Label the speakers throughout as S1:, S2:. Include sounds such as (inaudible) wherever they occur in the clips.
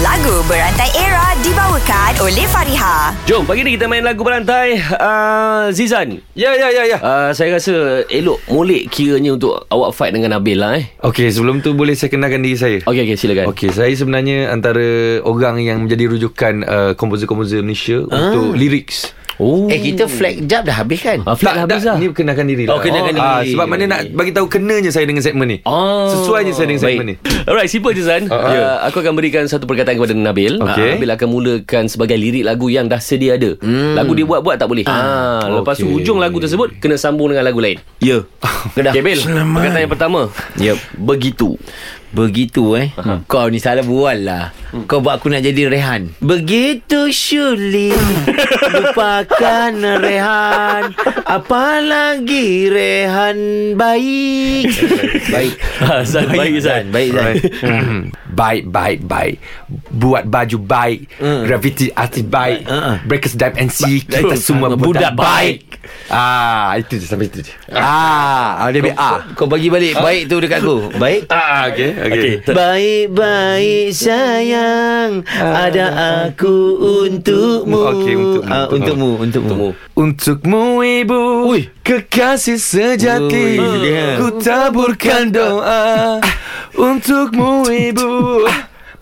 S1: Lagu Berantai Era dibawakan oleh Fariha.
S2: Jom, pagi ni kita main lagu berantai uh, Zizan
S3: Ya, ya, ya, ya.
S2: uh, Saya rasa elok molek kiranya untuk awak fight dengan Nabil lah eh
S3: Okey, sebelum tu boleh saya kenalkan diri saya.
S2: Okey, okey silakan
S3: Okey, saya sebenarnya antara orang yang menjadi rujukan uh, komposer-komposer Malaysia ah. untuk lyrics.
S2: Oh.
S4: Eh kita flag jap dah habis kan?
S2: Ah, flag dah habis lah
S3: Ni kenalkan diri lah.
S2: Oh, kenalkan
S3: Ah,
S2: diri.
S3: sebab mana nak bagi tahu kenanya saya dengan segmen ni.
S2: Oh.
S3: Sesuainya saya dengan segmen ni.
S2: Baik. Alright, simple je Zan.
S3: Ah,
S2: Uh, aku akan berikan satu perkataan kepada Nabil.
S3: Okey.
S2: Ah,
S3: Hmm.
S2: Nabil akan mulakan sebagai lirik lagu yang dah sedia ada. Lagu dia buat-buat tak boleh. Ah, lepas tu
S3: Okey.
S2: hujung lagu tersebut kena sambung dengan lagu lain.
S4: (laughs) Ya. Kedah.
S2: Okey, Bil. Perkataan yang pertama.
S4: Yep.
S2: Begitu.
S4: Begitu eh. Kau ni salah bual lah. Kau buat aku nak jadi Rehan. Begitu (laughs) sulit lupakan Rehan. Apalagi Rehan baik. (laughs) baik.
S2: Ah, Zan, baik Zan.
S4: Baik Zan.
S3: Hmm. baik, baik, baik. Buat baju baik.
S2: Hmm.
S3: Uh. Graffiti artis baik.
S2: Ah,
S3: Uh. Breakers Dive MC. Kita semua budak baik. Ah, itu je sampai itu je.
S4: Ah, ada baik. Ah. Kau bagi balik baik tu dekat aku. (laughs) Baik.
S3: Ah, okey, okey.
S4: Baik-baik sayang Ada aku untukmu
S3: Okey, untukmu.
S4: Ah, Untukmu Untukmu
S3: Untukmu ibu Ui. Kekasih sejati
S4: Ui, dia.
S3: Ku taburkan doa Untukmu ibu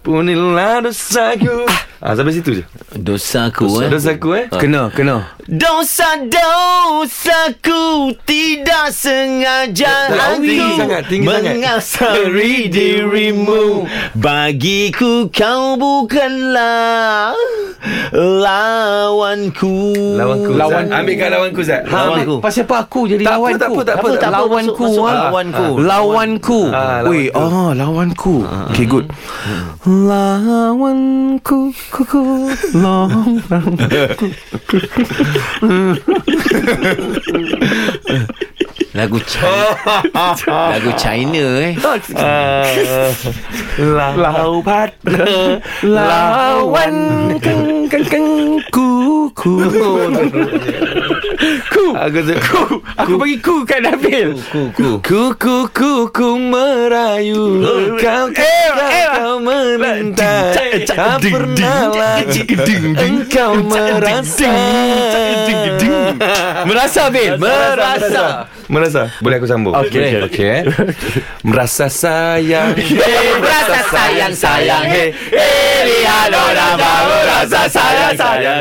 S3: Punilah dosaku Ah, sampai situ je
S4: Dosaku eh
S3: Dosaku eh Kena, kena
S4: Dosa-dosaku Tidak sengaja
S3: Dah,
S4: aku
S3: tinggi sangat, tinggi sangat.
S4: Mengasari dirimu Bagiku kau bukanlah Lawanku
S3: Lawanku Lawan Ambilkan lawanku Zat
S4: Lawanku
S5: Pasal apa aku jadi
S3: Tak apa,
S5: lawanku?
S3: tak apa, tak apa,
S5: Apa,
S3: tak
S4: apa.
S5: Lawanku.
S4: Masuk, masuk.
S5: ah.
S4: Lawanku.
S5: Ah. Lawanku.
S3: Ah, lawanku.
S5: Weh, oh, lawanku. Okay, good. Lawanku, ku, ku, lawanku.
S4: Lagu
S3: (laughs)
S4: China Lagu China eh
S5: Lau partner, lawan keng keng keng ku ku. ku.
S3: Aku tu
S5: Ku. Aku bagi ku kat Nabil.
S4: Ku ku
S3: Ku ku ku ku merayu Kau kira kau meminta Tak
S5: lah
S3: pernahlah Engkau merasa eh,
S5: Merasa Bil, merasa.
S3: Merasa Boleh aku sambung
S5: Okey.
S3: Okey eh. Merasa sayang
S5: (laughs)
S4: Rasa sayang sayang hey
S3: Rihanna baru rasa sayang sayang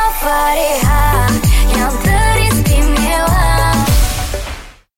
S6: fareja.